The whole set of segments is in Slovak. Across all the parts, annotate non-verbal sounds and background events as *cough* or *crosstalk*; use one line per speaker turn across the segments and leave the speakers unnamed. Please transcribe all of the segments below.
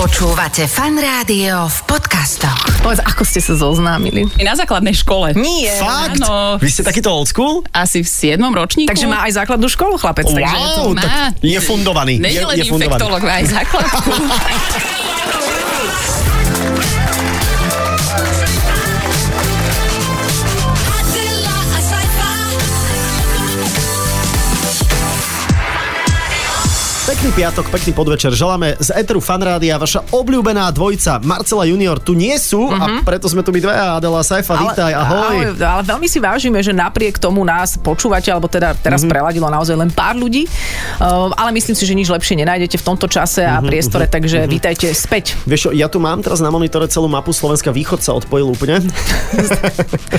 Počúvate fan rádio v podcastoch.
Povedz, ako ste sa zoznámili?
Na základnej škole.
Nie.
Fakt?
Áno.
Vy ste takýto old school?
Asi v 7. ročníku.
Takže má aj základnú školu chlapec. Takže
to
wow,
má.
tak je fundovaný.
Nie je
je,
len
je fundovaný.
infektolog, má aj
*laughs*
základku.
Pekný piatok, pekný podvečer. Želáme z Eteru Fanrádia. Vaša obľúbená dvojica Marcela Junior tu nie sú a preto sme tu my dve. Adela Saifa, vítaj,
Ale,
ahoj.
ale veľmi si vážime, že napriek tomu nás počúvate, alebo teda teraz
Mhm.
mm-hmm. preladilo naozaj len pár ľudí, um, ale myslím si, že nič lepšie nenájdete v tomto čase a
Mhm,
priestore, takže vítajte späť.
Vieš čo, ja tu mám teraz na monitore celú mapu Slovenska. Východ sa odpojil úplne.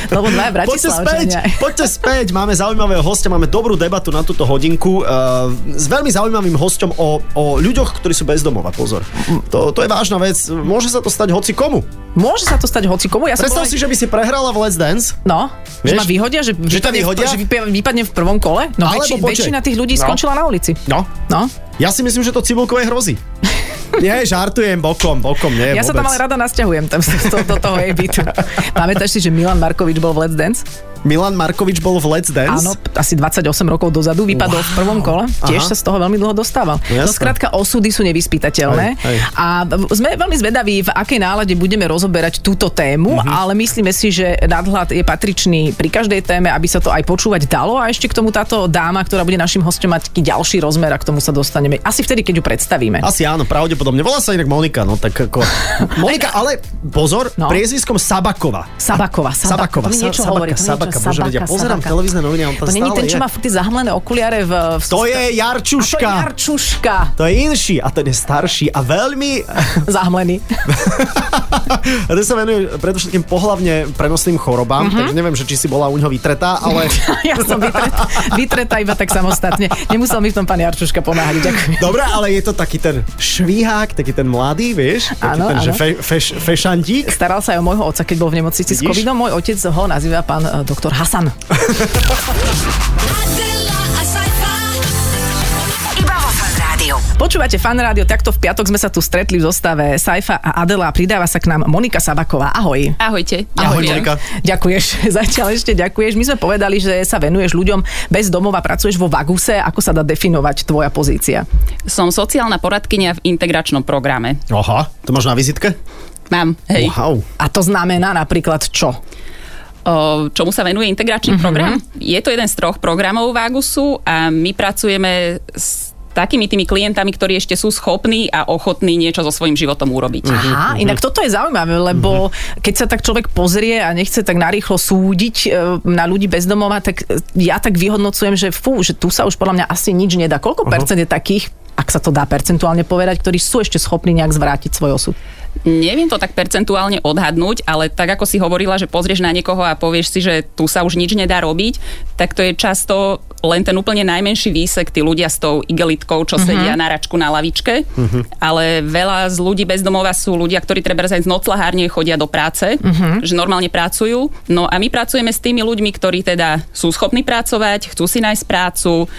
Lebo dva
Poďte späť,
Bratislavčania. *laughs*
poďte späť. Máme zaujímavého hostia, máme dobrú debatu na túto hodinku uh, s veľmi zaujímavým hostom o, o ľuďoch, ktorí sú bezdomova. Pozor, to, to je vážna vec. Môže sa to stať hoci komu.
Môže sa to stať hoci komu. Ja som
Predstav
bola-
si, že by si prehrala v Let's Dance.
No, že
Vieš?
ma vyhodia, že,
Že ťa
vypadne v-
vyhodia?
že vypa- vypadne v prvom kole? No
Alebo
väčši,
počkaj.
väčšina tých ľudí
No.
skončila na ulici.
No,
No.
ja si myslím, že to cibulkové
*laughs*
hrozí. Nie, žartujem, bokom, bokom, nie,
Ja
vôbec.
sa tam ale rada nasťahujem tam, z- to, do toho jej
*laughs*
bytu. Pamätáš si, že Milan Markovič bol v Let's Dance?
Milan Markovič bol v Let's Dance.
Áno, p- asi 28 rokov dozadu vypadol wow. v prvom kole. Tiež
Aha.
sa z toho veľmi dlho dostával.
No
No,
jasné.
no skrátka, osudy sú nevyspytateľné.
Hej, hej.
A v- sme veľmi zvedaví, v akej nálade budeme rozoberať túto tému,
Mhm.
mm-hmm. ale myslíme si, že nadhľad je patričný pri každej téme, aby sa to aj počúvať dalo. A ešte k tomu táto dáma, ktorá bude našim hostom mať taký ďalší rozmer a k tomu sa dostaneme. Asi vtedy, keď ju predstavíme.
Asi áno, pravdepodobne. Volá sa inak Monika, no tak
*laughs*
ako... Monika, ale pozor,
No.
no. priezviskom Sabakova.
Sabakova, Sabakova.
Sabakova,
To mi
Sa-
niečo
Sabaka,
hovorí, to mi niečo-
Sabaka, bože, vedia, pozerám televízne noviny, on tam
To není
stále
ten, čo
je.
má furt tie zahmlené okuliare v... v
To je
To je
Jarčuška.
Jarčuška.
To je inší a ten je starší a veľmi... *laughs*
Zahmlený.
a ten sa venuje predovšetkým pohlavne prenosným chorobám,
Mhm.
takže neviem, že či si bola u ňoho vytretá,
*laughs*
ale...
Ja som vytretá, vytretá iba tak samostatne. Nemusel mi v tom pán Jarčuška pomáhať, ďakujem.
Dobre, ale je to taký ten švíhák, taký ten mladý, vieš? Taký
Áno,
ten, že
áno.
fe, feš, fešantík.
Staral sa aj o môjho otca, keď bol v nemocnici s
Vidíš?
covidom. Môj otec ho nazýva pán e, doktor Hasan.
Iba vo fan rádiu.
Počúvate fan rádio, takto v piatok sme sa tu stretli v zostave Saifa a Adela. Pridáva sa k nám Monika Sabaková. Ahoj.
Ahojte.
Ahoj,
Ďakujem.
Monika.
Ďakuješ, *laughs* zatiaľ ešte ďakuješ. My sme povedali, že sa venuješ ľuďom bez domova, pracuješ vo Vaguse. Ako sa dá definovať tvoja pozícia?
Som sociálna poradkynia v integračnom programe.
Aha, to máš na vizitke?
Mám, hej.
Wow.
A to znamená napríklad čo?
O, čomu sa venuje
Mhm.
integračný mm-hmm. program? Je to jeden z troch programov Vágusu a my pracujeme s takými tými klientami, ktorí ešte sú schopní a ochotní niečo so svojím životom urobiť.
Mhm.
Aha, inak toto je zaujímavé, lebo keď sa tak človek pozrie a nechce tak narýchlo súdiť e, na ľudí bez domova, tak e, ja tak vyhodnocujem, že fú, že tu sa už podľa mňa asi nič nedá. Koľko percent je takých, ak sa to dá percentuálne povedať, ktorí sú ešte schopní nejak zvrátiť svoj osud?
Neviem to tak percentuálne odhadnúť, ale tak ako si hovorila, že pozrieš na niekoho a povieš si, že tu sa už nič nedá robiť, tak to je často len ten úplne najmenší výsek, tí ľudia s tou igelitkou,
Mhm.
čo uh-huh. sedia na račku na lavičke, uh-huh. ale veľa z ľudí bez domova sú ľudia, ktorí treba aj z noclahárne chodia do práce,
Mhm.
uh-huh. že normálne pracujú. No a my pracujeme s tými ľuďmi, ktorí teda sú schopní pracovať, chcú si nájsť prácu,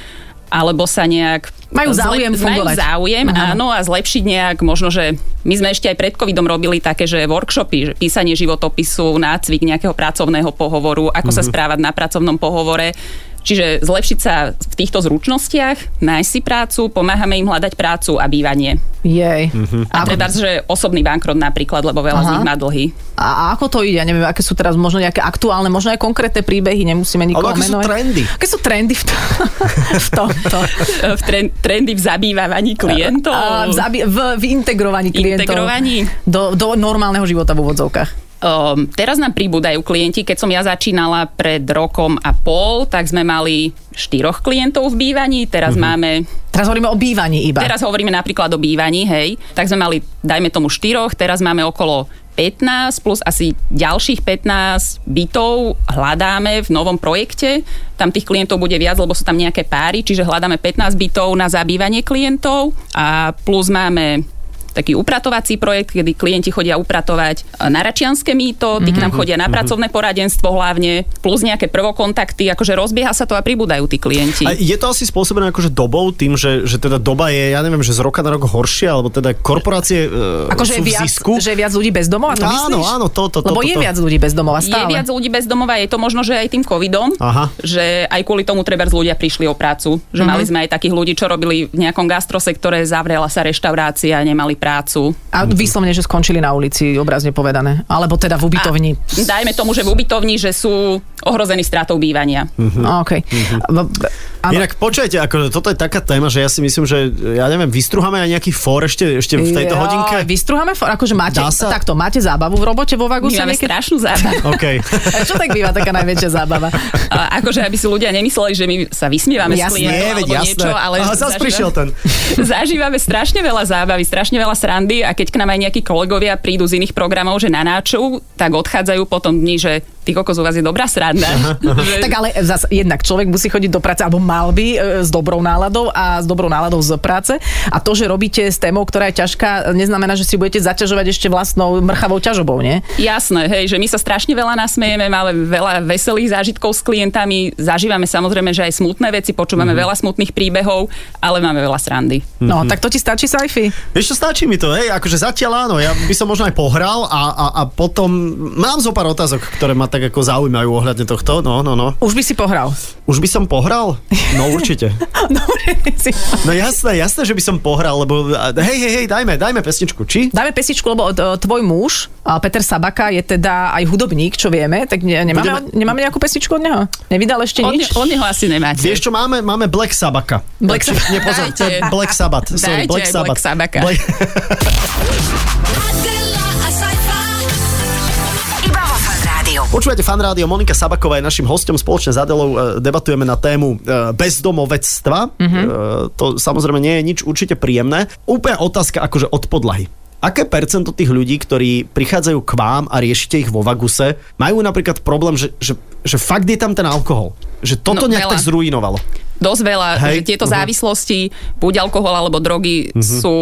alebo sa nejak...
Majú záujem fungovať.
Majú záujem, áno, a zlepšiť nejak, možno, že my sme ešte aj pred covidom robili také, že workshopy, že písanie životopisu, nácvik nejakého pracovného pohovoru, ako
Mhm.
sa správať na pracovnom pohovore. Čiže zlepšiť sa v týchto zručnostiach, nájsť si prácu, pomáhame im hľadať prácu a bývanie.
Jej.
Mhm.
A teda, že osobný bankrot napríklad, lebo veľa z
Aha.
nich má dlhy. E,
A a ako to ide? Ja neviem, aké sú teraz možno nejaké aktuálne, možno aj konkrétne príbehy, nemusíme nikoho
Alebo aké sú
menovať.
trendy?
Aké sú trendy v, to- *laughs* v
*laughs*
tomto?
E, V tren- trendy v zabývaní klientov.
A v, zabi- v, v integrovaní klientov.
Integrovaní.
Do, do normálneho života v úvodzovkách.
Um, teraz nám pribúdajú klienti. Keď som ja začínala pred rokom a pol, tak sme mali štyroch klientov v bývaní. Teraz mm-hmm. máme,
Teraz hovoríme o bývaní iba.
teraz hovoríme napríklad o bývaní, hej. Tak sme mali, dajme tomu štyroch, teraz máme okolo 15 plus asi ďalších 15 bytov hľadáme v novom projekte. Tam tých klientov bude viac, lebo sú tam nejaké páry, čiže hľadáme 15 bytov na zabývanie klientov a plus máme taký upratovací projekt, kedy klienti chodia upratovať e, na Račianské mýto, tí k nám chodia na pracovné poradenstvo hlavne, plus nejaké prvokontakty, akože rozbieha sa to a pribúdajú tí klienti.
A je to asi spôsobené akože dobou, tým, že, že teda doba je, ja neviem, že z roka na rok horšia, alebo teda korporácie e,
Akože
sú
je
v
viac,
zisku.
že je viac ľudí bez domova, to
Áno,
myslíš?
áno, to, to, to,
Lebo
to,
je
to.
viac ľudí bez domova
Je
stále.
viac ľudí bez domova, je to možno, že aj tým covidom,
Aha.
že aj kvôli tomu treba ľudia prišli o prácu. Že mali sme aj takých ľudí, čo robili v nejakom gastrosektore, zavrela sa reštaurácia, nemali prácu.
A vyslovene, že skončili na ulici, obrazne povedané. Alebo teda v ubytovni.
A dajme tomu, že v ubytovni, že sú ohrození stratou bývania.
No, OK.
Mhm.
V- v- áno.
Inak počujete, akože toto je taká téma, že ja si myslím, že ja neviem, vystruháme aj nejaký fór ešte, ešte v tejto
Joj,
hodinke.
Vystruháme, for- akože máte,
Dá sa?
takto, máte zábavu v robote vo
My
Vaguse
máme
niekedy?
strašnú zábavu.
*laughs*
OK.
A Čo tak býva taká najväčšia zábava?
A akože, aby si ľudia nemysleli, že my sa vysmievame
Jasné,
s klientom alebo niečo, ale
Aha, zas
zažívame-
prišiel ten.
*laughs* Zažívame strašne veľa zábavy, strašne veľa srandy a keď k nám aj nejakí kolegovia prídu z iných programov, že nanáču, tak odchádzajú potom dní, že ty kokos, u vás je dobrá sranda.
*laughs*
Že-
Tak ale zas, jednak človek musí chodiť do práce, alebo mal by e, s dobrou náladou a s dobrou náladou z práce. A to, že robíte s témou, ktorá je ťažká, neznamená, že si budete zaťažovať ešte vlastnou mrchavou ťažobou, nie?
Jasné, hej, že my sa strašne veľa nasmejeme, máme veľa veselých zážitkov s klientami, zažívame samozrejme, že aj smutné veci, počúvame
Mhm.
mm-hmm. veľa smutných príbehov, ale máme veľa srandy.
No, tak to ti stačí sci-fi.
Vieš čo, stačí mi to, hej, akože zatiaľ áno, ja by som možno aj pohral a, a, a potom mám zo pár otázok, ktoré ma tak ako zaujímajú ohľadne tohto, no, no, no.
Už by si
*laughs*
pohral.
Už by som pohral? No určite.
Dobre, si...
No jasné, jasné, že by som pohral, lebo a- hej, hej, hej, dajme, dajme pesničku, či?
Dáme pesničku, lebo e, tvoj muž, a Peter Sabaka, je teda aj hudobník, čo vieme, tak ne, nemáme,
Budeme-
nemáme nejakú pesničku od neho? Nevydal ešte
Od,
nič?
ne- od neho asi nemáte.
Vieš čo, máme, máme Black Sabaka.
Black
Či-
Sabbath.
Nie, pozor, to je
Dajte.
Black Sabbath. Sorry,
Dajte
Black
aj
Sabbath.
Black Sabbaka.
Black...
Iba vo Fan Rádiu.
Počúvate fan rádio, Monika Sabaková je našim hostom. Spoločne s Adelou e, debatujeme na tému e, bezdomovectva.
Mhm.
Mm-hmm. To samozrejme nie je nič určite príjemné. Úplne otázka akože od podlahy. Aké percento tých ľudí, ktorí prichádzajú k vám a riešite ich vo Vaguse, majú napríklad problém, že, že, že fakt je tam ten alkohol? Že
No,
toto nejak
veľa.
tak zrujnovalo.
dosť veľa,
Hej,
Hej. že tieto
mhm.
závislosti, buď alkohol alebo drogy uh-huh. sú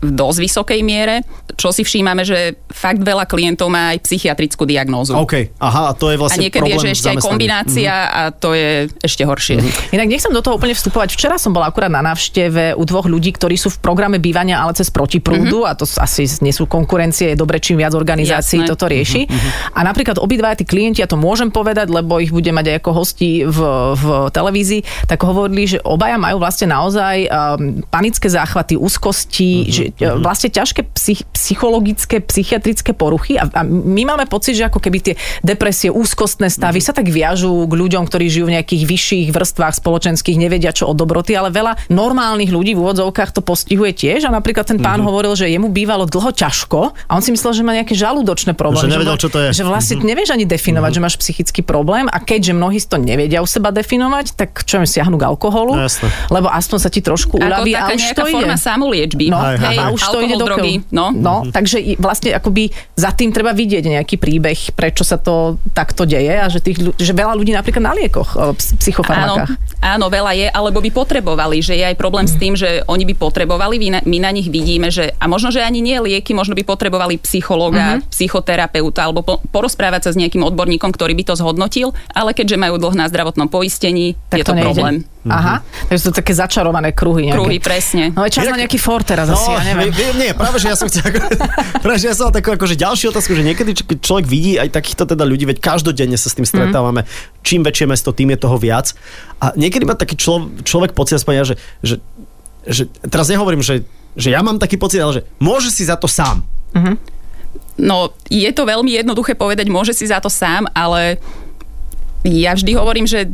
v dosť vysokej miere, čo si všímame, že fakt veľa klientov má aj psychiatrickú diagnózu.
OK, aha, a to je
A
vlastne
niekedy je,
problém Mhm.
že
v
ešte aj
zamestnaní.
kombinácia a to je ešte horšie.
Inak nechcem do toho úplne vstupovať. Včera som bola akurát na návšteve u dvoch ľudí, ktorí sú v programe bývania, ale cez protiprúdu mm-hmm. a to s- asi nie sú konkurencie, je dobre, čím viac organizácií
Jasné.
toto rieši. Mm-hmm. A napríklad obidva tí klienti, ja to môžem povedať, lebo ich budem mať aj ako hosti v, v televízii, tak hovorili, že obaja majú vlastne naozaj um, panické záchvaty, úzkosti, mm-hmm. že e, vlastne ťažké psych, psychologické, psychiatrické poruchy a, a my máme pocit, že ako keby tie depresie, úzkostné stavy sa tak viažú k ľuďom, ktorí žijú v nejakých vyšších vrstvách spoločenských, nevedia čo o dobroty, ale veľa normálnych ľudí v úvodzovkách to postihuje tiež a napríklad ten pán mm-hmm. hovoril, že jemu bývalo dlho ťažko a on si myslel, že má nejaké žalúdočné problémy.
Že nevedel,
má-
čo to je. Mhm.
Že vlastne mm-hmm. nevieš ani definovať, mm-hmm. že máš psychický problém a keďže mnohí si to nevedia u seba definovať, tak čo im siahnu k alkoholu,
No, jasné.
lebo aspoň sa ti trošku
Ako
uľaví a
taká
už
nejaká
to
forma
ide.
samoliečby.
No,
Hej, hej,
a
hej. Mhm.
už to ide do
drogy.
keľu.
No.
no takže i- vlastne akoby za tým treba vidieť nejaký príbeh, prečo sa to takto deje a že, tých, ľu- že veľa ľudí napríklad na liekoch, e, ps- psychofarmakách.
Áno, áno, veľa je, alebo by potrebovali, že je aj problém
Mm.
s tým, že oni by potrebovali, my na, my na nich vidíme, že a možno, že ani nie lieky, možno by potrebovali psychológa,
Mhm.
uh-huh. psychoterapeuta, alebo po, porozprávať sa s nejakým odborníkom, ktorý by to zhodnotil, ale keďže majú dlh na zdravotnom poistení,
Tak
je to,
nejde.
problém.
Aha,
Mhm.
takže sú to také začarované kruhy. Nejaké.
Kruhy, presne.
No je čas na
Inak-
nejaký for teraz asi, ja neviem.
vie- No, nie, práve, že ja som chcel, ako, *laughs* práve, že ja som mal takú akože ďalšiu otázku, že niekedy, č- keď človek vidí aj takýchto teda ľudí, veď každodenne sa s
Mhm.
tým stretávame, mm. čím väčšie mesto, tým je toho viac. A niekedy má taký člo, človek pocit, aspoň ja, že, že, že teraz nehovorím, že, že ja mám taký pocit, ale že môže si za to sám.
No, je to veľmi jednoduché povedať, môže si za to sám, ale ja vždy hovorím, že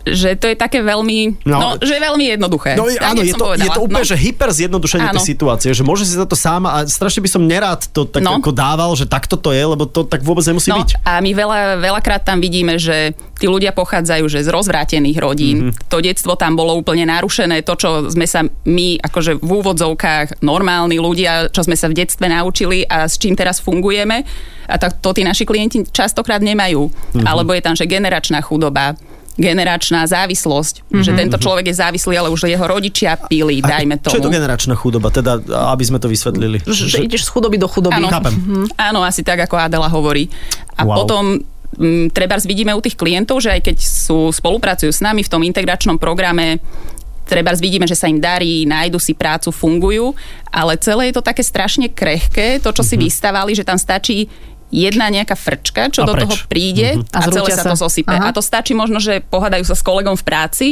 že to je také veľmi,
No.
no, no že je veľmi jednoduché.
No je-
Tak,
áno,
jak
je
som
to, je
povedala.
to úplne,
No.
že hyper zjednodušenie tej
Áno.
situácie, že môže si za to sám a strašne by som nerád to tak
No.
ako dával, že takto to je, lebo to tak vôbec nemusí
No
byť.
a my veľa, veľakrát tam vidíme, že tí ľudia pochádzajú že z rozvrátených rodín. Mm-hmm.
Mhm.
To detstvo tam bolo úplne narušené. To, čo sme sa my, akože v úvodzovkách normálni ľudia, čo sme sa v detstve naučili a s čím teraz
Mhm.
fungujeme, a tak to tí naši klienti častokrát nemajú. Mm-hmm. Alebo je tam, že generačná chudoba generačná závislosť. Mm-hmm. Že tento človek je závislý, ale už jeho rodičia pili,
Mhm. A
dajme tomu.
Čo je to generačná chudoba, teda aby sme to vysvetlili?
Že, že ideš z chudoby do chudoby.
Áno. Mhm.
Chápem.
Áno, asi tak, ako Adela hovorí. A
Wow.
wow. potom m, trebárs vidíme u tých klientov, že aj keď sú, spolupracujú s nami v tom integračnom programe, trebárs vidíme, že sa im darí, nájdu si prácu, fungujú, ale celé je to také strašne krehké, to, čo si
Mhm.
vystavali, že tam stačí jedna nejaká frčka, čo
A
do
preč. Mhm.
toho príde
A
a, celé
zrútia
sa,
sa.
to zosype.
Aha.
A to stačí možno, že pohádajú sa s kolegom v práci,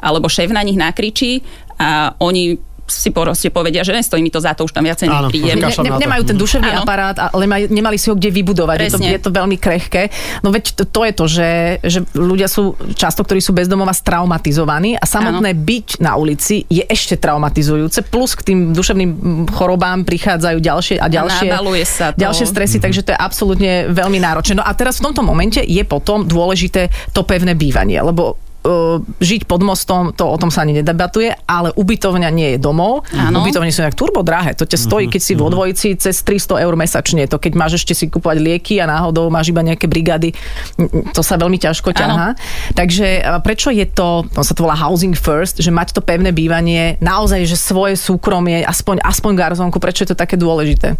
alebo šéf na nich nakričí a oni si proste povedia, že nestojí mi to za to, už tam viacej
Áno,
neprídem.
kašľam
Ne,
na to.
nemajú ten duševný
Áno.
aparát, ale maj, nemali si ho kde vybudovať. Je to,
Presne.
je to veľmi krehké. No veď to, to je to, že, že ľudia sú často, ktorí sú bezdomova, straumatizovaní a samotné byť na ulici je ešte traumatizujúce. Plus k tým duševným mm, chorobám prichádzajú ďalšie a ďalšie,
nabaluje sa to.
ďalšie stresy,
Mhm.
takže to je absolútne veľmi náročné. No a teraz v tomto momente je potom dôležité to pevné bývanie, lebo uh, žiť pod mostom, to o tom sa ani nedebatuje, ale ubytovňa nie je domov.
Áno.
Ubytovne sú nejak turbo drahé. To ťa stojí,
Mhm,
keď si vo dvojici cez 300 eur mesačne. To keď máš ešte si kúpať lieky a náhodou máš iba nejaké brigády, mm, to sa veľmi ťažko ťahá. Takže eh, prečo je to, no sa to volá housing first, že mať to pevné bývanie, naozaj, že svoje súkromie, aspoň, aspoň garzonku, prečo je to také dôležité?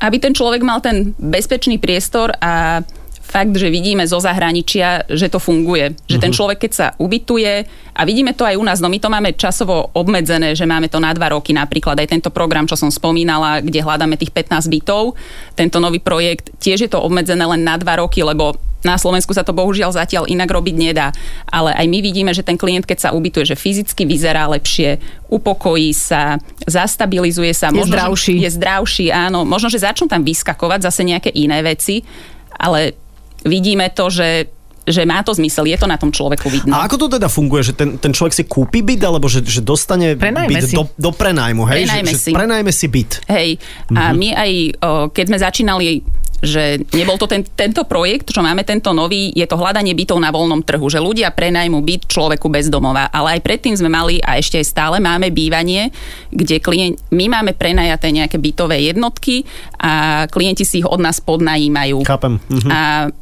aby ten človek mal ten bezpečný priestor a fakt, že vidíme zo zahraničia, že to funguje. Že
Mhm.
ten človek, keď sa ubytuje a vidíme to aj u nás, no my to máme časovo obmedzené, že máme to na dva roky napríklad aj tento program, čo som spomínala, kde hľadáme tých 15 bytov, tento nový projekt, tiež je to obmedzené len na dva roky, lebo na Slovensku sa to bohužiaľ zatiaľ inak robiť nedá, ale aj my vidíme, že ten klient, keď sa ubytuje, že fyzicky vyzerá lepšie, upokojí sa, zastabilizuje sa.
Je
možno, že
zdravší.
Je zdravší, áno. Možno, že začnú tam vyskakovať zase nejaké iné veci, ale vidíme to, že, že má to zmysel, je to na tom človeku vidno.
A ako to teda funguje, že ten, ten človek si kúpi byt, alebo že, že dostane
Prenajme
byt
si.
Do, do prenajmu, hej?
Prenajme
že,
si.
Že prenajme si byt.
Hej, a my aj, o, keď sme začínali že nebol to ten, tento projekt, čo máme tento nový, je to hľadanie bytov na voľnom trhu, že ľudia prenajmú byt človeku bez domova, ale aj predtým sme mali a ešte aj stále máme bývanie, kde klient, my máme prenajaté nejaké bytové jednotky a klienti si ich od nás podnajímajú.
Chápem. Mhm.
A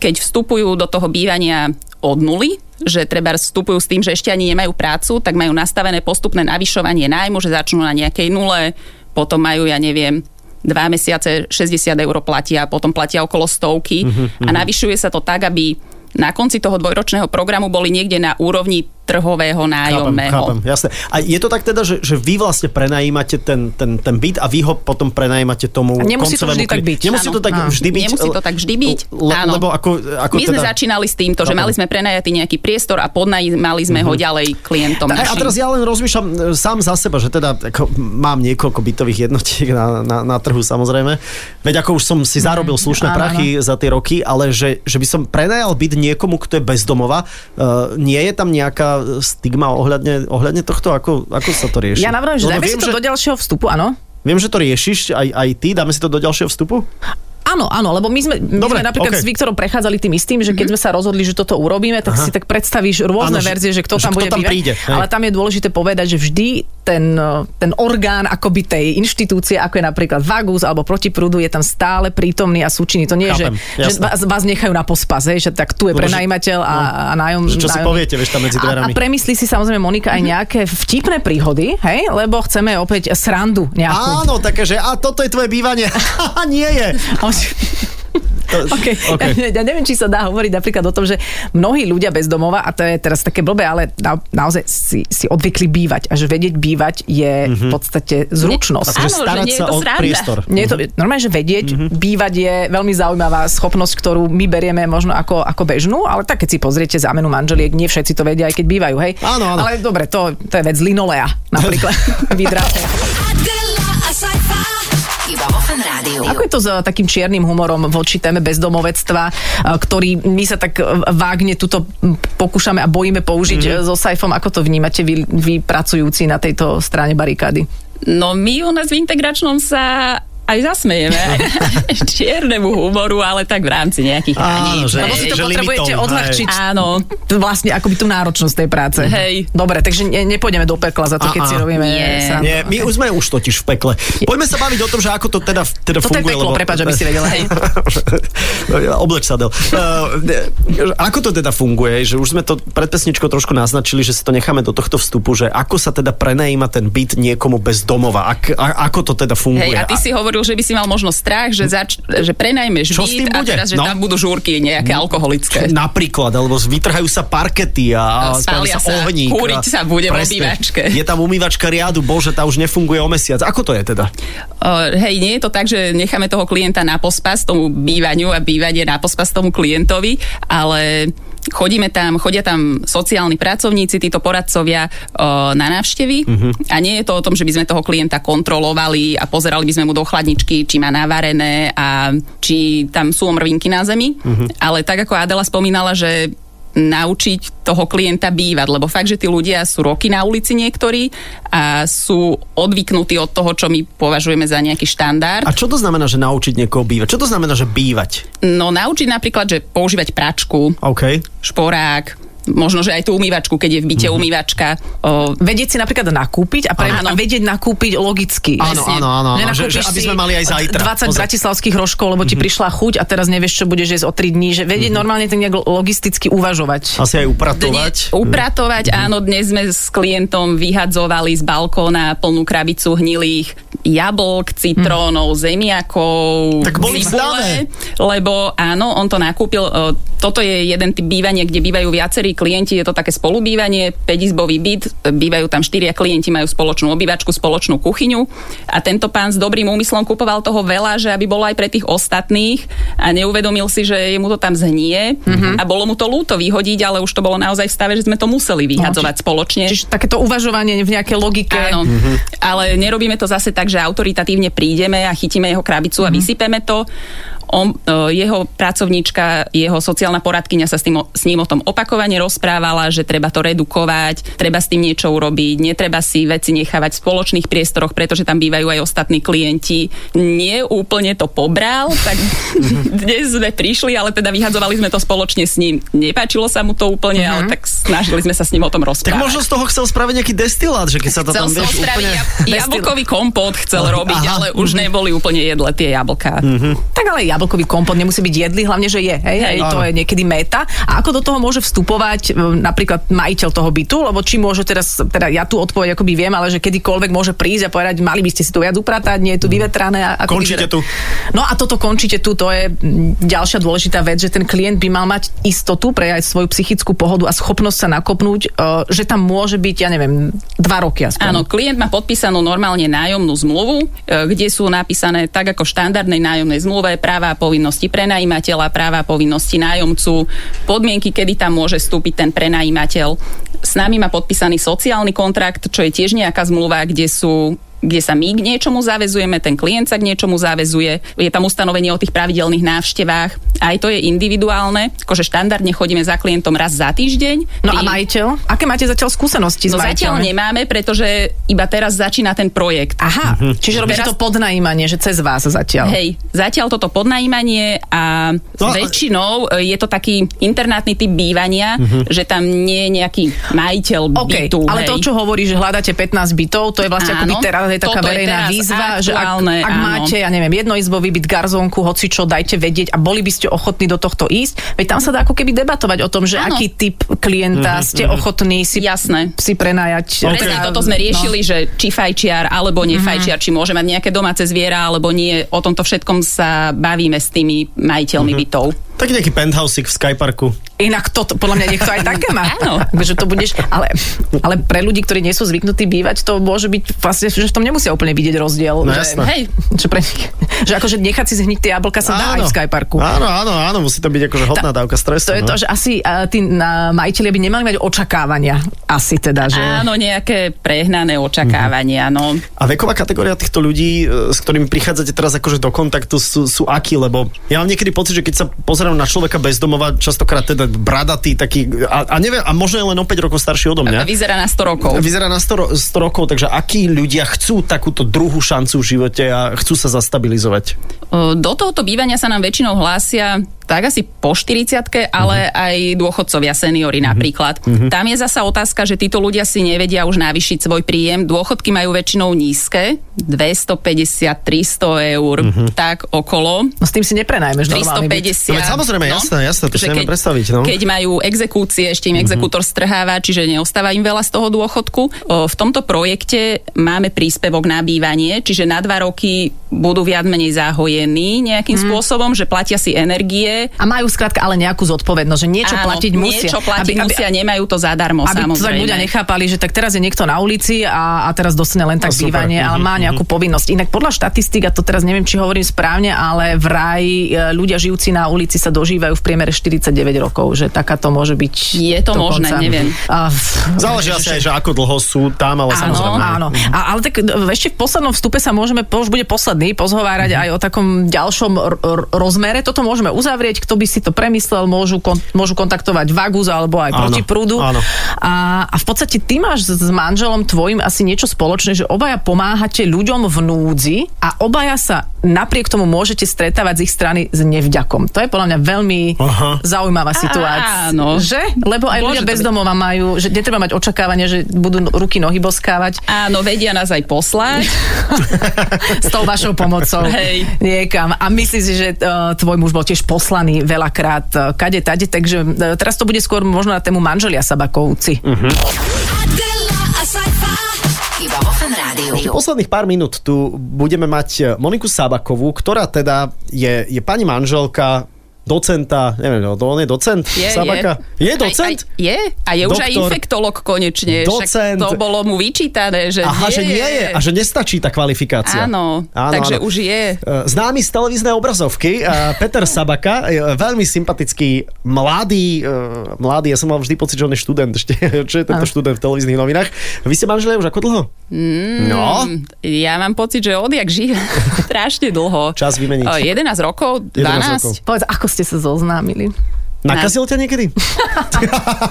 keď vstupujú do toho bývania od nuly, že treba vstupujú s tým, že ešte ani nemajú prácu, tak majú nastavené postupné navyšovanie nájmu, že začnú na nejakej nule, potom majú, ja neviem, dva mesiace 60 eur platia, potom platia okolo stovky a
Mhm,
navyšuje sa to tak, aby na konci toho dvojročného programu boli niekde na úrovni trhového nájomného.
chápem, jasné. A je to tak teda, že, že vy vlastne prenajímate ten, ten, ten byt a vy ho potom prenajímate tomu
A nemusí to
koncovému
vždy tak
kli-
byť.
Nemusí
Áno,
to tak
áno.
vždy byť.
Nemusí to tak vždy byť, áno.
Lebo ako, ako
My sme
teda...
začínali s týmto, že
Chápem.
mali sme prenajatý nejaký priestor a podnajímali sme ho ďalej klientom
Tak, a
našim.
teraz ja len rozmýšľam e, sám za seba, že teda ako, mám niekoľko bytových jednotiek na, na, na trhu samozrejme. Veď ako už som si zarobil slušné
áno,
prachy za tie roky, ale že, že by som prenajal byt niekomu, kto je bezdomova, uh, nie je tam nejaká stigma ohľadne, ohľadne tohto, ako, ako sa to rieši?
Ja navrhujem, že
Lebo
dajme si
viem,
to
že,
do ďalšieho vstupu, áno?
viem, že to riešiš aj, aj ty, dáme si to do ďalšieho vstupu?
Áno, áno, lebo my sme, my
Dobre,
Dobre, sme napríklad
okej.
okay. s Viktorom prechádzali tým istým, že keď sme sa rozhodli, že toto urobíme, tak si tak predstavíš rôzne
Áno, že-
verzie, že kto
že
tam
kto
bude
tam
bývať.
príde, hej.
ale tam je dôležité povedať, že vždy ten, eh, ten orgán akoby tej inštitúcie, ako je napríklad Vagus alebo Protiprúdu, je tam stále prítomný a súčinný. To nie je, že,
Chápem,
že
jasné.
vás, vás nechajú na pospas, hej, že tak tu je
Lebo že- no.
prenajímateľ a, a nájom.
Že čo si
nájom-
poviete, vieš, tam
a,
medzi
a
dverami. Mhm.
premyslí si samozrejme Monika aj nejaké vtipné príhody, hej, lebo chceme opäť srandu nejakú.
Áno, také, že a toto je tvoje bývanie. Haha, nie je.
A on-
To,
Okay.
okej.
Okay. *laughs* Ja, ja neviem, či sa dá hovoriť napríklad o tom, že mnohí ľudia bez domova, a to je teraz také blbé, ale na, naozaj si, si odvykli bývať a že vedieť bývať
Mhm.
je v podstate zručnosť.
Takže
Áno, že
starať
nie je
sa
to
o
sranda.
priestor.
Nie je to,
Mhm.
normálne, že vedieť, mm-hmm. bývať je veľmi zaujímavá schopnosť, ktorú my berieme možno ako, ako bežnú, ale tak keď si pozriete zámenu manželiek, nie všetci to vedia, aj keď bývajú, hej?
Áno, áno.
Ale dobre, to, to je vec linolea napríklad.
*laughs*
Vydráte.
Adela a Saifa. Iba vo Fan Rádiu.
Ako je to s e, takým čiernym humorom voči téme bezdomovectva, e, ktorý my sa tak e, vágne tuto m, pokúšame a bojíme použiť
Mhm.
mm so Saifom? Ako to vnímate vy, vy pracujúci na tejto strane barikády?
No my u nás v integračnom sa aj
*laughs*
zasmejeme, *laughs* aj čiernemu humoru, ale tak v rámci nejakých hraníc.
že-
Lebo si to
že
potrebujete
limitom,
odľahčiť.
Áno,
Vlastne akoby tú náročnosť tej práce.
Hej.
Dobre, takže ne, nepôjdeme do pekla za to, keď
A-a.
si robíme
Nie.
sám.
Nie, my už sme už totiž v pekle. Poďme sa baviť o tom, že ako to teda,
No
teda
Toto je
funguje.
peklo, prepáč, aby si vedela.
*laughs*
Hej.
*laughs* Obleč sa, Del. Uh, ako to teda funguje? Že už sme to pred pesničkou trošku naznačili, že si to necháme do tohto vstupu, že ako sa teda prenajíma ten byt niekomu bez domova? Ak, a, ako to teda
hej,
funguje?
a ty si hovoril, že by si mal možno strach, že, zač- že prenajmeš
Čo s tým
byt a
bude?
teraz, že
No.
tam budú žúrky nejaké alkoholické.
Napríklad, alebo vytrhajú sa parkety a,
A
spraví
spália sa,
ohník.
kúriť
a-
sa bude v
Presne.
obývačke.
Je tam umývačka riadu, bože, tá už nefunguje o mesiac. Ako to je teda?
Uh, hej, nie je to tak, že necháme toho klienta na pospas tomu bývaniu a bývanie na pospas tomu klientovi, ale chodíme tam, chodia tam sociálni pracovníci, títo poradcovia uh, na návštevy a nie je to o tom, že by sme toho klienta kontrolovali a pozerali by sme mu do chladničky, či má navarené a či tam sú omrvinky na zemi, ale tak ako Adela spomínala, že naučiť toho klienta bývať, lebo fakt, že tí ľudia sú roky na ulici niektorí a sú odvyknutí od toho, čo my považujeme za nejaký štandard.
A čo to znamená, že naučiť niekoho bývať? Čo to znamená, že bývať?
No naučiť napríklad, že používať pračku,
OK.
šporák, možno, že aj tú umývačku, keď je v
Mhm.
byte umývačka. O,
Vedieť si napríklad nakúpiť a, pre,
Áno.
a vedieť nakúpiť logicky.
Áno,
Presne.
áno, áno, áno.
Nenakúpiš
Že- že aby
si
sme mali aj
20
zajtra. Pozri. Mhm.
bratislavských rožkov, lebo ti prišla chuť a teraz nevieš, čo budeš jesť o 3 dní. Že vedieť normálne tak nejak logisticky uvažovať.
Asi aj upratovať.
Dne- upratovať,
Mhm.
áno, dnes sme s klientom vyhadzovali z balkóna plnú krabicu hnilých jablk, citrónov, zemiakov,
Tak boli v stave.
lebo áno, on to nakúpil. e, Toto je jeden typ bývania, kde bývajú viacerí klienti, je to také spolubývanie, 5-izbový byt, e, bývajú tam štyria klienti, majú spoločnú obývačku, spoločnú kuchyňu a tento pán s dobrým úmyslom kupoval toho veľa, že aby bolo aj pre tých ostatných a neuvedomil si, že mu to tam zhnie a bolo mu to lúto vyhodiť, ale už to bolo naozaj v stave, že sme to museli vyhadzovať spoločne.
Čiže takéto uvažovanie v nejakej logike.
Áno,
Mm-hmm.
ale nerobíme to zase tak, že autoritatívne prídeme a chytíme jeho krabicu a
Mm-hmm.
vysypeme to. On, e, jeho pracovníčka, jeho sociálna poradkyňa sa s, tým, o- s ním o tom opakovane rozprávala, že treba to redukovať, treba s tým niečo urobiť, netreba si veci nechávať v spoločných priestoroch, pretože tam bývajú aj ostatní klienti. Nie úplne to pobral, tak
*laughs*
dnes sme prišli, ale teda vyhadzovali sme to spoločne s ním. Nepáčilo sa mu to úplne, ale tak snažili sme sa s ním o tom rozprávať
Mm-hmm. Tak možno z toho chcel spraviť nejaký destilát, že keď sa to
chcel
tam
som
vieš
spraviť
úplne...
úplne... jablkový kompót chcel robiť,
aha,
ale už neboli úplne jedle tie jablká.
Mhm.
Tak ale jablkový kompot nemusí byť jedlý, hlavne, že je. Hej, hej,
Hej.
to
Áno.
je niekedy meta. A ako do toho môže vstupovať m, napríklad majiteľ toho bytu, lebo či môže teraz, teda ja tu odpoveď akoby viem, ale že kedykoľvek môže prísť a povedať, mali by ste si to viac upratať, nie je tu vyvetrané. A ako
Mhm. Končíte
vyzerá.
tu.
No a toto končíte tu, to je mm, ďalšia dôležitá vec, že ten klient by mal mať istotu pre aj svoju psychickú pohodu a schopnosť sa nakopnúť, e, že tam môže byť, ja neviem, dva roky aspoň.
Áno, klient má podpísanú normálne nájomnú zmluvu, e, kde sú napísané tak ako v štandardnej nájomnej zmluve práva a povinnosti prenajímateľa, práva a povinnosti nájomcu, podmienky, kedy tam môže vstúpiť ten prenajímateľ. S nami má podpísaný sociálny kontrakt, čo je tiež nejaká zmluva, kde sú kde sa my k niečomu zavezujeme, ten klient sa k niečomu zavezuje, je tam ustanovenie o tých pravidelných návštevách, aj to je individuálne, akože štandardne chodíme za klientom raz za týždeň.
No a
Tým-
majiteľ? Aké máte zatiaľ skúsenosti s
No
majiteľom?
zatiaľ nemáme, pretože iba teraz začína ten projekt.
Aha, čiže robíte
Teraz-
to podnajímanie, že cez vás zatiaľ.
Hej, zatiaľ toto podnajímanie a
No
no,
a-
väčšinou e, je to taký internátny typ bývania, že tam nie je nejaký majiteľ
OK,
bytu.
ale
hej.
to, čo hovoríš, že hľadáte 15 bytov, to je vlastne
Áno,
akoby teraz je taká
toto je
verejná
teraz
výzva, že ak,
aktuálne,
ak
áno.
máte, ja neviem, jednoizbový byt, garzónku, hoci čo, dajte vedieť a boli by ste ochotní do tohto ísť, veď tam sa dá ako keby debatovať o tom, že
Áno.
aký typ klienta ste ochotní si,
Jasné.
si prenajať.
OK.
Presne
Teda-
toto sme riešili, že či fajčiar alebo nefajčiar, či môže mať nejaké domáce zviera alebo nie. O tomto všetkom sa bavíme s tými majiteľmi bytov.
Tak nejaký penthousik v Skyparku.
Inak to, podľa mňa niekto aj také má.
Áno.
Že to budeš, ale, ale pre ľudí, ktorí nie sú zvyknutí bývať, to môže byť vlastne, že v tom nemusia úplne vidieť rozdiel.
No
že,
jasné.
Hej.
Že, pre nich, *laughs* že akože nechať si zhniť tie jablka sa dá aj v Skyparku.
Áno, áno, áno, musí to byť akože hodná dávka stresu.
To je
no.
to, že asi uh, tí uh, majiteľi by nemali mať očakávania. Asi teda, že...
Áno, nejaké prehnané očakávania. No.
A veková kategória týchto ľudí, e, s ktorými prichádzate teraz akože do kontaktu, sú, sú akí? Lebo ja mám niekedy pocit, že keď sa pozerám pozerám na človeka bezdomova, častokrát teda bradatý, taký, a, a neviem, a možno je len o 5 rokov starší odo
A
mňa.
vyzerá na 100 rokov.
Vyzerá na 100, ro- 100 rokov, takže akí ľudia chcú takúto druhú šancu v živote a chcú sa zastabilizovať?
Do tohoto bývania sa nám väčšinou hlásia tak asi po 40 ale uh-huh. aj dôchodcovia, seniory napríklad. Uh-huh. Tam je zasa otázka, že títo ľudia si nevedia už navýšiť svoj príjem. Dôchodky majú väčšinou nízke, 250-300 eur, uh-huh. tak okolo.
No s tým si neprenajmeš normálny byt.
350.
No veď samozrejme, jasné, jasné, to si
Že
neviem predstaviť, no. Mhm.
Keď majú exekúcie, ešte im exekútor strháva, čiže neostáva im veľa z toho dôchodku. O, v tomto projekte máme príspevok na bývanie, čiže na dva roky budú viac menej zahojení
Mhm.
nejakým spôsobom, že platia si energie.
A majú skrátka ale nejakú zodpovednosť, že niečo
Áno,
platiť musia.
Niečo platiť aby, musia, aby, nemajú to zadarmo,
aby to tak
samozrejme.
ľudia nechápali, že tak teraz je niekto na ulici a, a teraz dostane len tak
No, super.
bývanie, ale má nejakú povinnosť. Inak podľa štatistík, a to teraz neviem, či hovorím správne, ale vraj e, ľudia žijúci na ulici sa dožívajú v priemere 49 rokov, že taká to môže byť.
Je to možné,
dokonca.
neviem.
A, f-
Záleží asi aj, že ako dlho sú tam, ale
Áno,
samozrejme. Mhm.
áno. A, ale tak d- ešte v poslednom vstupe sa môžeme, po- už bude posledný, pozhovárať
Mhm.
aj o takom ďalšom r- r- rozmere. Toto môžeme uzavrieť, kto by si to premyslel, môžu, kon- môžu kontaktovať Vagus alebo aj
Áno,
proti prúdu.
áno.
A, a v podstate ty máš s, s manželom tvojim asi niečo spoločné, že obaja pomáhate ľuďom v núdzi a obaja sa napriek tomu môžete stretávať z ich strany s nevďakom. To je podľa mňa veľmi
Aha.
zaujímavá situácia.
Áno.
Že? Lebo aj
Môže
ľudia
to byť.
bez domova majú, že netreba mať očakávanie, že budú ruky nohy boskávať
Áno, vedia nás aj
*laughs*
poslať.
s tou vašou pomocou
*laughs* Hej.
niekam. A myslím si, že uh, tvoj muž bol tiež poslaný veľakrát uh, kade tade, takže uh, teraz to bude skôr možno na tému manželia Sabakovci.
Adela a Saifa iba vo fan rádiu.
Posledných pár minút tu budeme mať eh, Moniku Sabakovú, ktorá teda je, je pani manželka docenta, neviem, no, on je docent
Je,
Sabaka? Je, docent?
Aj, aj, je. A je už aj
Doktor.
infektolog konečne.
Docent.
Však to bolo mu vyčítané, že
Aha,
nie
že nie je. A že nestačí tá kvalifikácia.
Áno, takže už je.
E, Známy z televíznej obrazovky, e, Peter Sabaka, e, veľmi sympatický, mladý, e, mladý, ja som mal vždy pocit, že on je študent *laughs* ešte, čo je tento študent v televíznych novinách. Vy ste manželia už ako dlho?
Mm,
no,
Ja mám pocit, že odjak žijem *laughs* strašne dlho.
Čas vymeniť.
O, 11 rokov, 12.
11 rokov.
Povedz, ako ste sa zoznámili?
nakazil ťa niekedy?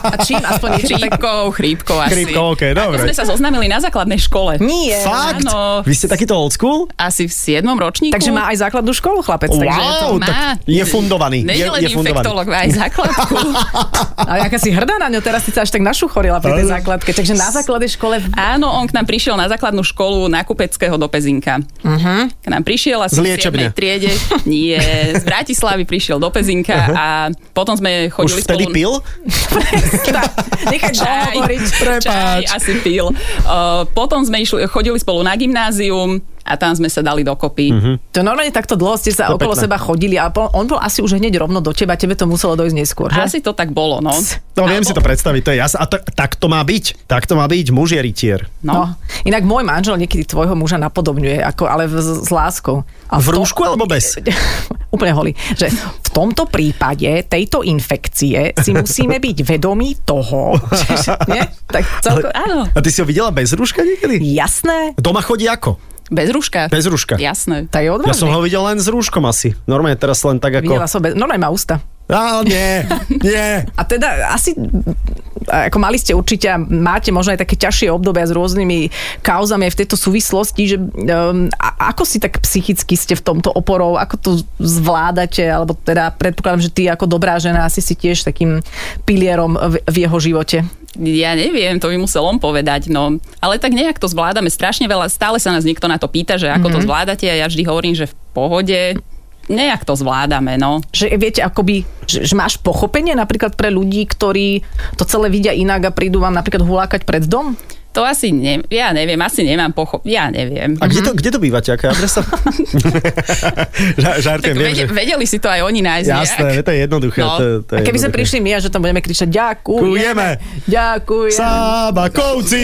A čím aspoň niečo tak...
Chrípkou, chrípkou asi.
Chrípkou, okej, dobre.
Ako sme sa zoznámili na základnej škole.
Nie.
Fakt?
áno.
Vy ste takýto old school?
Asi v 7. ročníku.
Takže má aj základnú školu chlapec. Takže je to...
Wow,
má.
tak je fundovaný.
Nie
Je,
je len
je fundovaný.
infektolog, aj
*laughs*
základku.
Ale aká si hrdá na ňo, teraz si sa až tak našuchorila pri tej základke. Takže na základe škole...
*laughs* Áno, on k nám prišiel na základnú školu na Kupeckého do Pezinka.
Mhm.
Uh-huh. K nám prišiel asi v
Z liečebne.
7. triede. Nie, z Bratislavy prišiel do Pezinka uh-huh. a potom sme chodili
Už vtedy
spolu...
pil?
Nechaj čo hovoriť.
čaj, asi pil. Uh, potom sme išli, chodili spolu na gymnázium a tam sme sa dali dokopy.
Mhm.
Uh-huh.
To normálne takto dlho ste sa
To je
okolo
pekné.
seba chodili a po- on bol asi už hneď rovno do teba, tebe to muselo dojsť neskôr. Že?
Asi to tak bolo, no.
No viem si to predstaviť, to je jasné. A to, tak to má byť. Tak to má byť, muž je rytier.
No.
No.
Inak môj manžel niekedy tvojho muža napodobňuje, ako, ale v, s láskou. A
V
to-
rúšku alebo bez?
*laughs* úplne holý, že v tomto prípade tejto infekcie si musíme byť vedomí toho, *laughs* že, nie? Tak celko,
áno.
A ty si ho videla bez rúška niekedy?
jasné,
Doma chodí ako?
Bez rúška.
Bez rúška.
Jasné.
tak je odvážny.
Ja som ho videl len s rúškom asi. Normálne teraz len tak ako...
Videla som bez... Normálne má ústa.
Á, nie, nie.
A teda asi, ako mali ste určite, a máte možno aj také ťažšie obdobia s rôznymi kauzami aj v tejto súvislosti, že um, a, ako si tak psychicky ste v tomto oporou, ako to zvládate, alebo teda predpokladám, že ty ako dobrá žena asi si tiež takým pilierom v, v jeho živote.
Ja neviem, to by musel on povedať, no. Ale tak nejak to zvládame strašne veľa. Stále sa nás niekto na to pýta, že ako mm-hmm. to zvládate a ja vždy hovorím, že v pohode. Nejak to zvládame, no.
Že viete, akoby, že, že máš pochopenie napríklad pre ľudí, ktorí to celé vidia inak a prídu vám napríklad hulákať pred dom?
To asi, ne, ja neviem, asi nemám pochop... Ja neviem.
A kde to, kde to bývate? Aká adresa? Ža-
Tak
Žartujem, viem, že...
vede, vedeli si to aj oni nájsť
Jasné,
nejak.
to je jednoduché.
No.
To, to je
A keby sme
jednoduché.
prišli my a že tam budeme kričať ďakujeme,
Kujeme.
ďakujeme.
Sábakovci!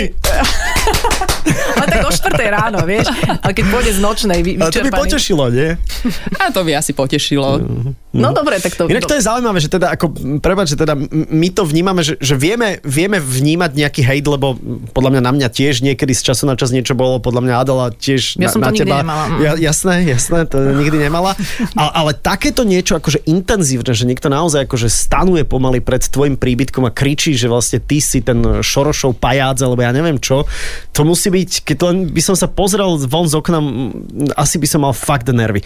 Ale tak o 4 ráno, vieš. Ale keď pôjde z nočnej, vy,
A to by
vyčerpaný.
potešilo, nie? Mm.
A to by asi potešilo.
No dobre, tak to...
Inak to je zaujímavé, že teda ako, prepáč, že teda m- my to vnímame, že, že vieme, vieme vnímať nejaký hejt, lebo podľa mňa na mňa tiež niekedy z času na čas niečo bolo, podľa mňa Adela tiež
Ja
na,
som to
na
nikdy
teba.
nemala, mm.
Ja, jasné, jasné, to nikdy nemala. Ale, ale takéto niečo akože intenzívne, že niekto naozaj akože stanuje pomaly pred tvojim príbytkom a kričí, že vlastne ty si ten Šorošov pajác, alebo ja neviem čo, to musí byť, keď len by som sa pozrel von z okna, m, asi by som mal fakt nervy. E,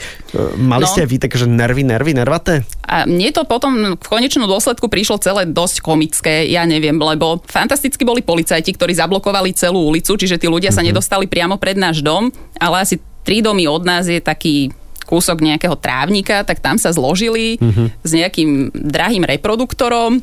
Mali no.
No.
ste aj vy také, že nervy, nervy, nervaté?
A mne to potom v konečnom dôsledku prišlo celé dosť komické, ja neviem, lebo fantasticky boli policajti, ktorí zablokovali celú ulicu, čiže tí ľudia sa nedostali priamo pred náš dom, ale asi tri domy od nás je taký kúsok nejakého trávnika, tak tam sa zložili s nejakým drahým reproduktorom.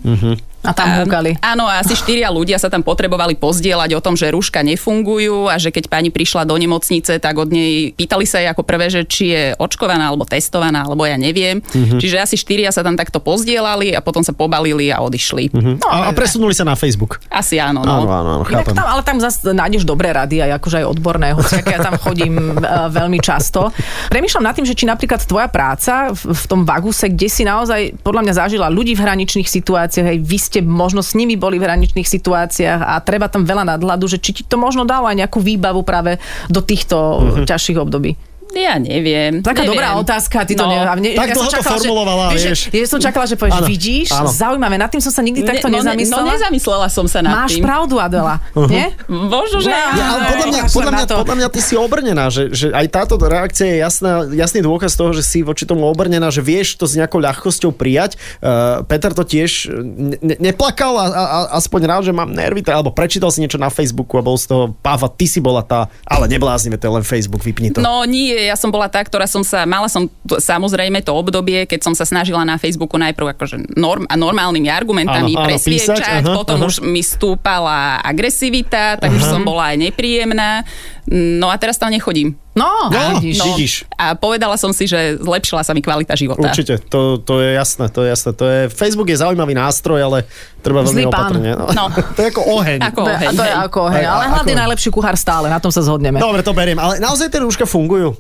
A tam
A-
húkali.
Ehm, Áno, a asi štyria ľudia sa tam potrebovali pozdieľať o tom, že rúška nefungujú a že keď pani prišla do nemocnice, tak od nej pýtali sa jej ako prvé, že či je očkovaná alebo testovaná, alebo ja neviem.
Mhm.
Čiže asi štyria sa tam takto pozdielali a potom sa pobalili a odišli.
Mhm.
No, a, a presunuli sa na Facebook.
Asi áno, no.
Áno, áno, áno,
Inak
chápem.
tam, ale tam zase nájdeš dobré rady, aj akože aj odborné, hoci aké ja tam chodím *laughs* e, veľmi často. Premýšľam nad tým, že či napríklad tvoja práca v, v tom vaguse, kde si naozaj podľa mňa zažila ľudí v hraničných situáciách, aj vy ste možno s nimi boli v hraničných situáciách a treba tam veľa nadhľadu, že či ti to možno dalo aj nejakú výbavu práve do týchto
Mhm.
mm-hmm. ťažších období.
Ja neviem.
Taká
neviem.
dobrá otázka, ty to
No.
ne, a mne,
Tak
som
dlho to
čakala, že-
formulovala,
vieš, že-
vieš.
Ja som čakala, že povieš,
Áno,
vidíš,
áno.
zaujímavé, nad tým som sa nikdy
Ne-
takto
no, ne-
nezamyslela.
No nezamyslela som sa nad
Máš
tým.
pravdu, Adela,
Mhm.
nie?
Možno,
No,
že áno.
Ja, ale podľa mňa,
Kašlem
podľa,
na
mňa,
to.
podľa mňa ty si obrnená, že, že aj táto reakcia je jasná, jasný dôkaz toho, že si voči tomu obrnená, že vieš to s nejakou ľahkosťou prijať. Uh, Peter to tiež ne, ne- neplakal a, a, a aspoň rád, že mám nervy, tá- alebo prečítal si niečo na Facebooku a bol z toho, páva, ty si bola tá, ale nebláznime, to je len Facebook, vypni to.
No nie, ja som bola tá, ktorá som sa, mala som t- samozrejme to obdobie, keď som sa snažila na Facebooku najprv akože norm, normálnymi argumentami
Áno, áno, písať,
presviečať,
aha,
potom
aha.
už mi stúpala agresivita, tak už som bola aj nepríjemná. No a teraz tam nechodím.
No,
No,
vidíš.
No,
Vidíš.
A povedala som si, že zlepšila sa mi kvalita života.
Určite, to, to je jasné, to je jasné. To je, Facebook je zaujímavý nástroj, ale treba veľmi
Zlý pán.
opatrne.
No.
*laughs* to je ako oheň.
Ako
To je-
oheň,
To je
hej.
ako oheň,
Aj,
ale
a-
hlad je
ako- No.
najlepší kuchár stále, na tom sa zhodneme.
Dobre, to beriem, ale naozaj tie rúška fungujú.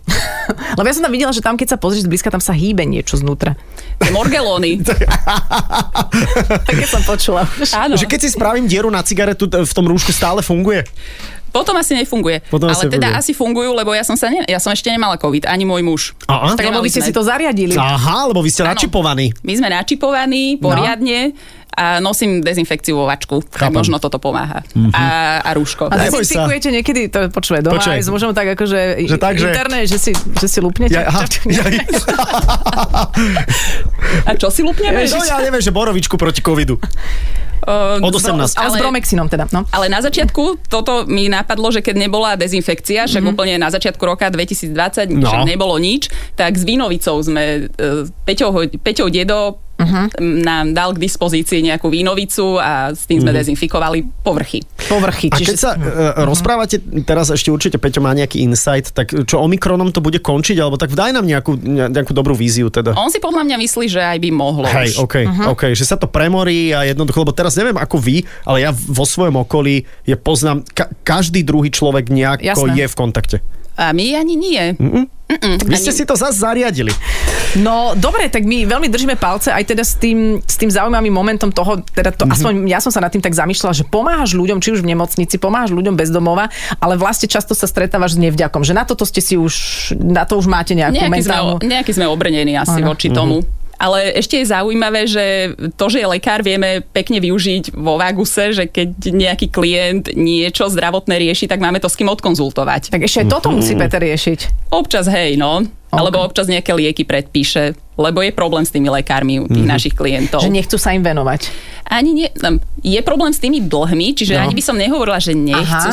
Lebo ja som tam videla, že tam, keď sa pozrieš zblízka, tam sa hýbe niečo znútra.
*laughs*
Morgelóny.
Také som
*laughs*
počula.
Áno.
Že keď si spravím dieru na cigaretu, t- v tom rúšku stále funguje.
Potom asi nefunguje.
Potom
Ale
asi
teda
funguje.
asi fungujú, lebo ja som, sa ne, ja som ešte nemala COVID, ani môj muž.
Aha.
Tak lebo vy ste si to zariadili.
Aha, lebo vy ste
Áno.
načipovaní.
My sme načipovaní poriadne a nosím dezinfekciu vo vačku. Tak
Chápem.
možno toto pomáha. A, a rúško.
A vy
Neboj
si
sa.
pikujete niekedy, to počuje doma, aj
Počkaj.
s mužom tak akože
Že tak, že-
interné, že si, že si lupnete.
Ja, aha,
Čo-
ja,
A čo si lupneme?
no, ja neviem, že borovičku proti covidu.
Uh,
Od 18.
*laughs* Ale s bromexinom teda, no.
Ale na začiatku toto mi napadlo, že keď nebola dezinfekcia, však úplne na začiatku roka 2020 no.
No.
však nebolo nič, tak s Vínovicou sme, e, Peťou, ho- Peťou dedo uh-huh. nám dal k dispozícii nejakú Vínovicu a s tým sme dezinfikovali povrchy.
Povrchy.
A
Čiže...
keď sa uh, rozprávate, teraz ešte určite Peťo má nejaký insight, tak čo Omikronom to bude končiť, alebo tak daj nám nejakú, nejakú dobrú víziu teda.
On si podľa mňa myslí, že aj by mohlo
Hej,
už.
OK, uh-huh. OK, že sa to premorí a jednoducho, lebo teraz neviem ako vy, ale ja vo svojom okolí je poznám, ka- každý druhý človek nejako
Jasné.
je v kontakte.
A my ani nie.
Vy ste si to zase zariadili.
No dobre, tak my veľmi držíme palce aj teda s tým, s tým zaujímavým momentom toho, teda to, mm-hmm. aspoň ja som sa nad tým tak zamýšľala, že pomáhaš ľuďom, či už v nemocnici, pomáhaš ľuďom bez domova, ale vlastne často sa stretávaš s nevďakom, že na toto ste si už, na to už máte nejakú
Nejaký sme,
mentálnu...
nejaký sme obrnení asi
Áno.
ano.
Mhm.
voči tomu. Ale ešte je zaujímavé, že to, že je lekár, vieme pekne využiť vo Vaguse, že keď nejaký klient niečo zdravotné rieši, tak máme to s kým odkonzultovať.
Tak ešte aj toto musí Peter riešiť.
Občas hej, no. Alebo občas nejaké lieky predpíše, lebo je problém s tými lekármi u
Mhm.
tých našich klientov.
Že nechcú sa im venovať.
Ani nie, um, je problém s tými dlhmi, čiže
No.
ani by som nehovorila, že nechcú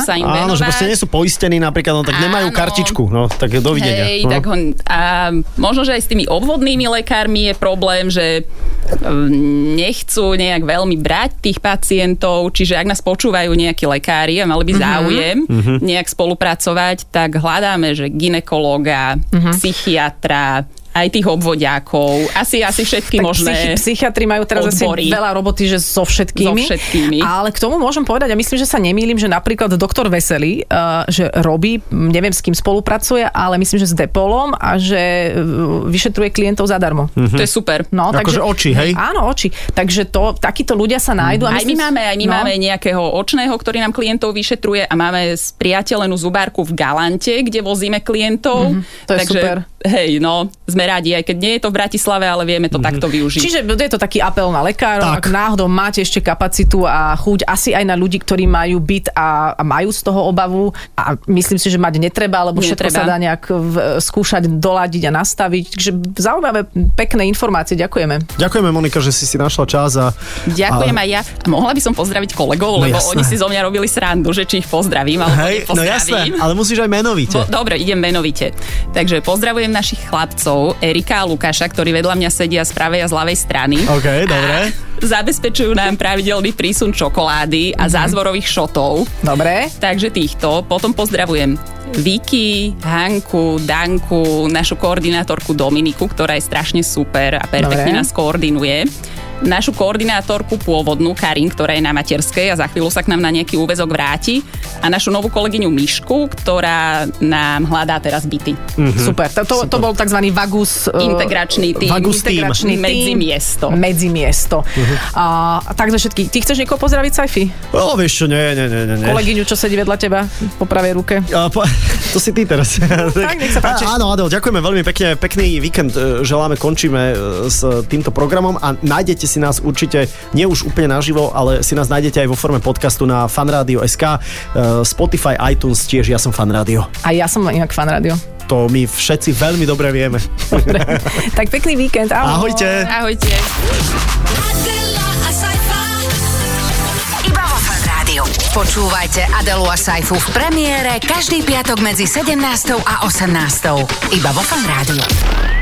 Aha.
sa im venovať.
Áno, že proste nie sú poistení napríklad, no tak nemajú
Áno.
kartičku, no tak dovidenia.
Hej,
no.
tak
Hm.
ho, a možno, že aj s tými obvodnými lekármi je problém, že mm, nechcú nejak veľmi brať tých pacientov, čiže ak nás počúvajú nejakí lekári a mali
Mhm.
by záujem
Mhm.
nejak spolupracovať, tak hľadáme, že ginekológa, psychiatra, aj tých obvodiakov, asi, asi
Tak
všetky možné.
psychi- psychiatri majú teraz
odbory.
asi veľa roboty, že so všetkými.
So všetkými.
Ale k tomu môžem povedať, a myslím, že sa nemýlim, že napríklad doktor Veselý, uh, že robí, m, neviem s kým spolupracuje, ale myslím, že s Depolom a že uh, vyšetruje klientov zadarmo.
To je super.
No,
Akože oči, hej?
Áno, oči. Takže to, takíto ľudia sa nájdú. A
Hm. Aj my
myslím,
máme, aj my
no,
máme nejakého očného, ktorý nám klientov vyšetruje a máme spriateľenú zubárku v Galante, kde vozíme klientov. Mm-hmm,
to je
Takže,
super.
hej, no, sme radi, aj keď nie je to v Bratislave, ale vieme
Mhm.
to mm-hmm. takto využiť.
Čiže je to taký apel na lekárov, ak
Tak.
náhodou máte ešte kapacitu a chuť, asi aj na ľudí, ktorí majú byt a, a majú z toho obavu. A myslím si, že mať netreba, lebo všetko
Netreba.
sa dá nejak v, skúšať doladiť a nastaviť. Takže zaujímavé, pekné informácie, ďakujeme.
Ďakujeme, Monika, že si si našla čas a...
Ďakujem
a...
aj ja. A mohla by som pozdraviť kolegov,
No
lebo
jasné.
oni si zo mňa robili srandu, že či ich pozdravím, alebo
Hej, no
nepozdravím.
jasné, ale musíš aj menovite.
Bo, dobre, idem menovite. Takže pozdravujem našich chlapcov, Erika a Lukáša, ktorí vedľa mňa sedia z pravej a z ľavej strany.
OK, dobre.
A zabezpečujú nám pravidelný prísun čokolády
Mhm.
a zázvorových šotov.
Dobre.
Takže týchto. Potom pozdravujem Vicky, Hanku, Danku, našu koordinátorku Dominiku, ktorá je strašne super a perfektne
Dobre.
nás koordinuje. Našu koordinátorku pôvodnú, Karin, ktorá je na materskej a za chvíľu sa k nám na nejaký úvezok vráti. A našu novú kolegyňu Mišku, ktorá nám hľadá teraz byty.
Mhm.
Mm-hmm. Super. To, to, to bol tzv. vagus... e,
Integračný tím.
Vagus tím.
integračný tím.
Medzimiesto.
Medzimiesto.
Mhm.
A, a takže všetky. Ty chceš niekoho pozdraviť, Saifi?
O, No, vieš čo, nie, nie, nie, nie. nie.
Kolegyňu, čo sedí vedľa teba po pravej ruke.
A po, *laughs* to si ty teraz.
*laughs* tak, nech sa páči.
Á, Áno, Adel, ďakujeme veľmi pekne. Pekný víkend e, želáme, končíme e, s týmto programom a nájdete si nás určite, nie už úplne naživo, ale si nás nájdete aj vo forme podcastu na fanradio.sk, e, Spotify, iTunes tiež, ja som fanradio.
A ja som inak fan rádio.
To my všetci veľmi dobre vieme.
Tak pekný víkend. Ahoj.
Ahojte.
Ahojte.
Adela a Saifa. Iba vo Fan Rádiu. Počúvajte Adelu a Saifu v premiére každý piatok medzi 17. a 18. Iba vo Fan Rádiu.